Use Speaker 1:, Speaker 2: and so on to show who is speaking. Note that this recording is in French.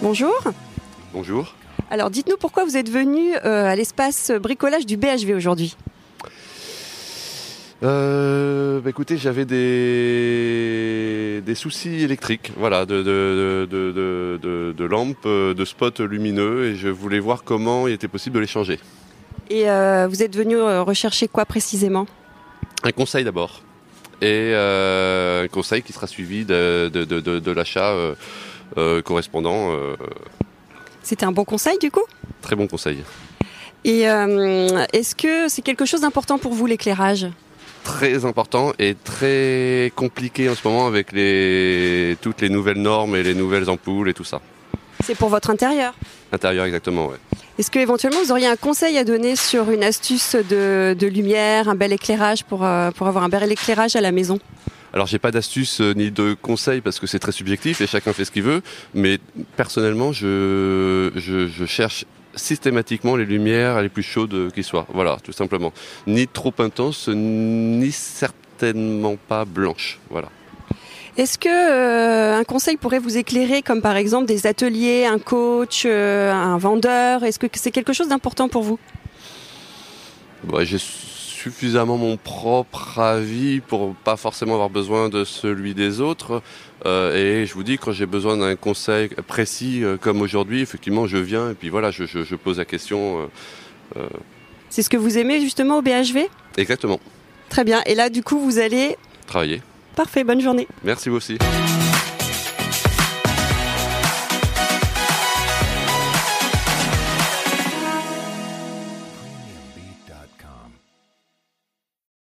Speaker 1: Bonjour.
Speaker 2: Bonjour.
Speaker 1: Alors dites-nous pourquoi vous êtes venu euh, à l'espace bricolage du BHV aujourd'hui.
Speaker 2: Euh, bah, écoutez, j'avais des... des soucis électriques, voilà, de, de, de, de, de- de lampes, euh, de spots lumineux, et je voulais voir comment il était possible de les changer.
Speaker 1: Et euh, vous êtes venu euh, rechercher quoi précisément
Speaker 2: Un conseil d'abord, et euh, un conseil qui sera suivi de, de, de, de- de l'achat euh, euh, correspondant. euh,
Speaker 1: C'était un bon conseil du coup
Speaker 2: très bon conseil.
Speaker 1: Et euh, est-ce que c'est quelque chose d'important pour vous l'éclairage
Speaker 2: très important et très compliqué en ce moment avec les toutes les nouvelles normes et les nouvelles ampoules et tout ça.
Speaker 1: C'est pour votre intérieur.
Speaker 2: Intérieur exactement, ouais.
Speaker 1: Est-ce que éventuellement vous auriez un conseil à donner sur une astuce de, de lumière, un bel éclairage pour, euh, pour avoir un bel éclairage à la maison
Speaker 2: Alors j'ai pas d'astuce euh, ni de conseil parce que c'est très subjectif et chacun fait ce qu'il veut, mais personnellement je, je, je cherche systématiquement les lumières les plus chaudes euh, qui soient. Voilà, tout simplement. Ni trop intense, ni certainement pas blanche. Voilà.
Speaker 1: Est-ce que euh, un conseil pourrait vous éclairer, comme par exemple des ateliers, un coach, euh, un vendeur Est-ce que c'est quelque chose d'important pour vous
Speaker 2: Bah, j'ai suffisamment mon propre avis pour pas forcément avoir besoin de celui des autres. Euh, et je vous dis, quand j'ai besoin d'un conseil précis euh, comme aujourd'hui, effectivement, je viens et puis voilà, je, je- je pose la question. euh,
Speaker 1: C'est ce que vous aimez justement au BHV
Speaker 2: exactement.
Speaker 1: Très bien. Et là, du coup, vous allez.
Speaker 2: Travailler.
Speaker 1: Parfait, bonne journée.
Speaker 2: Merci vous aussi.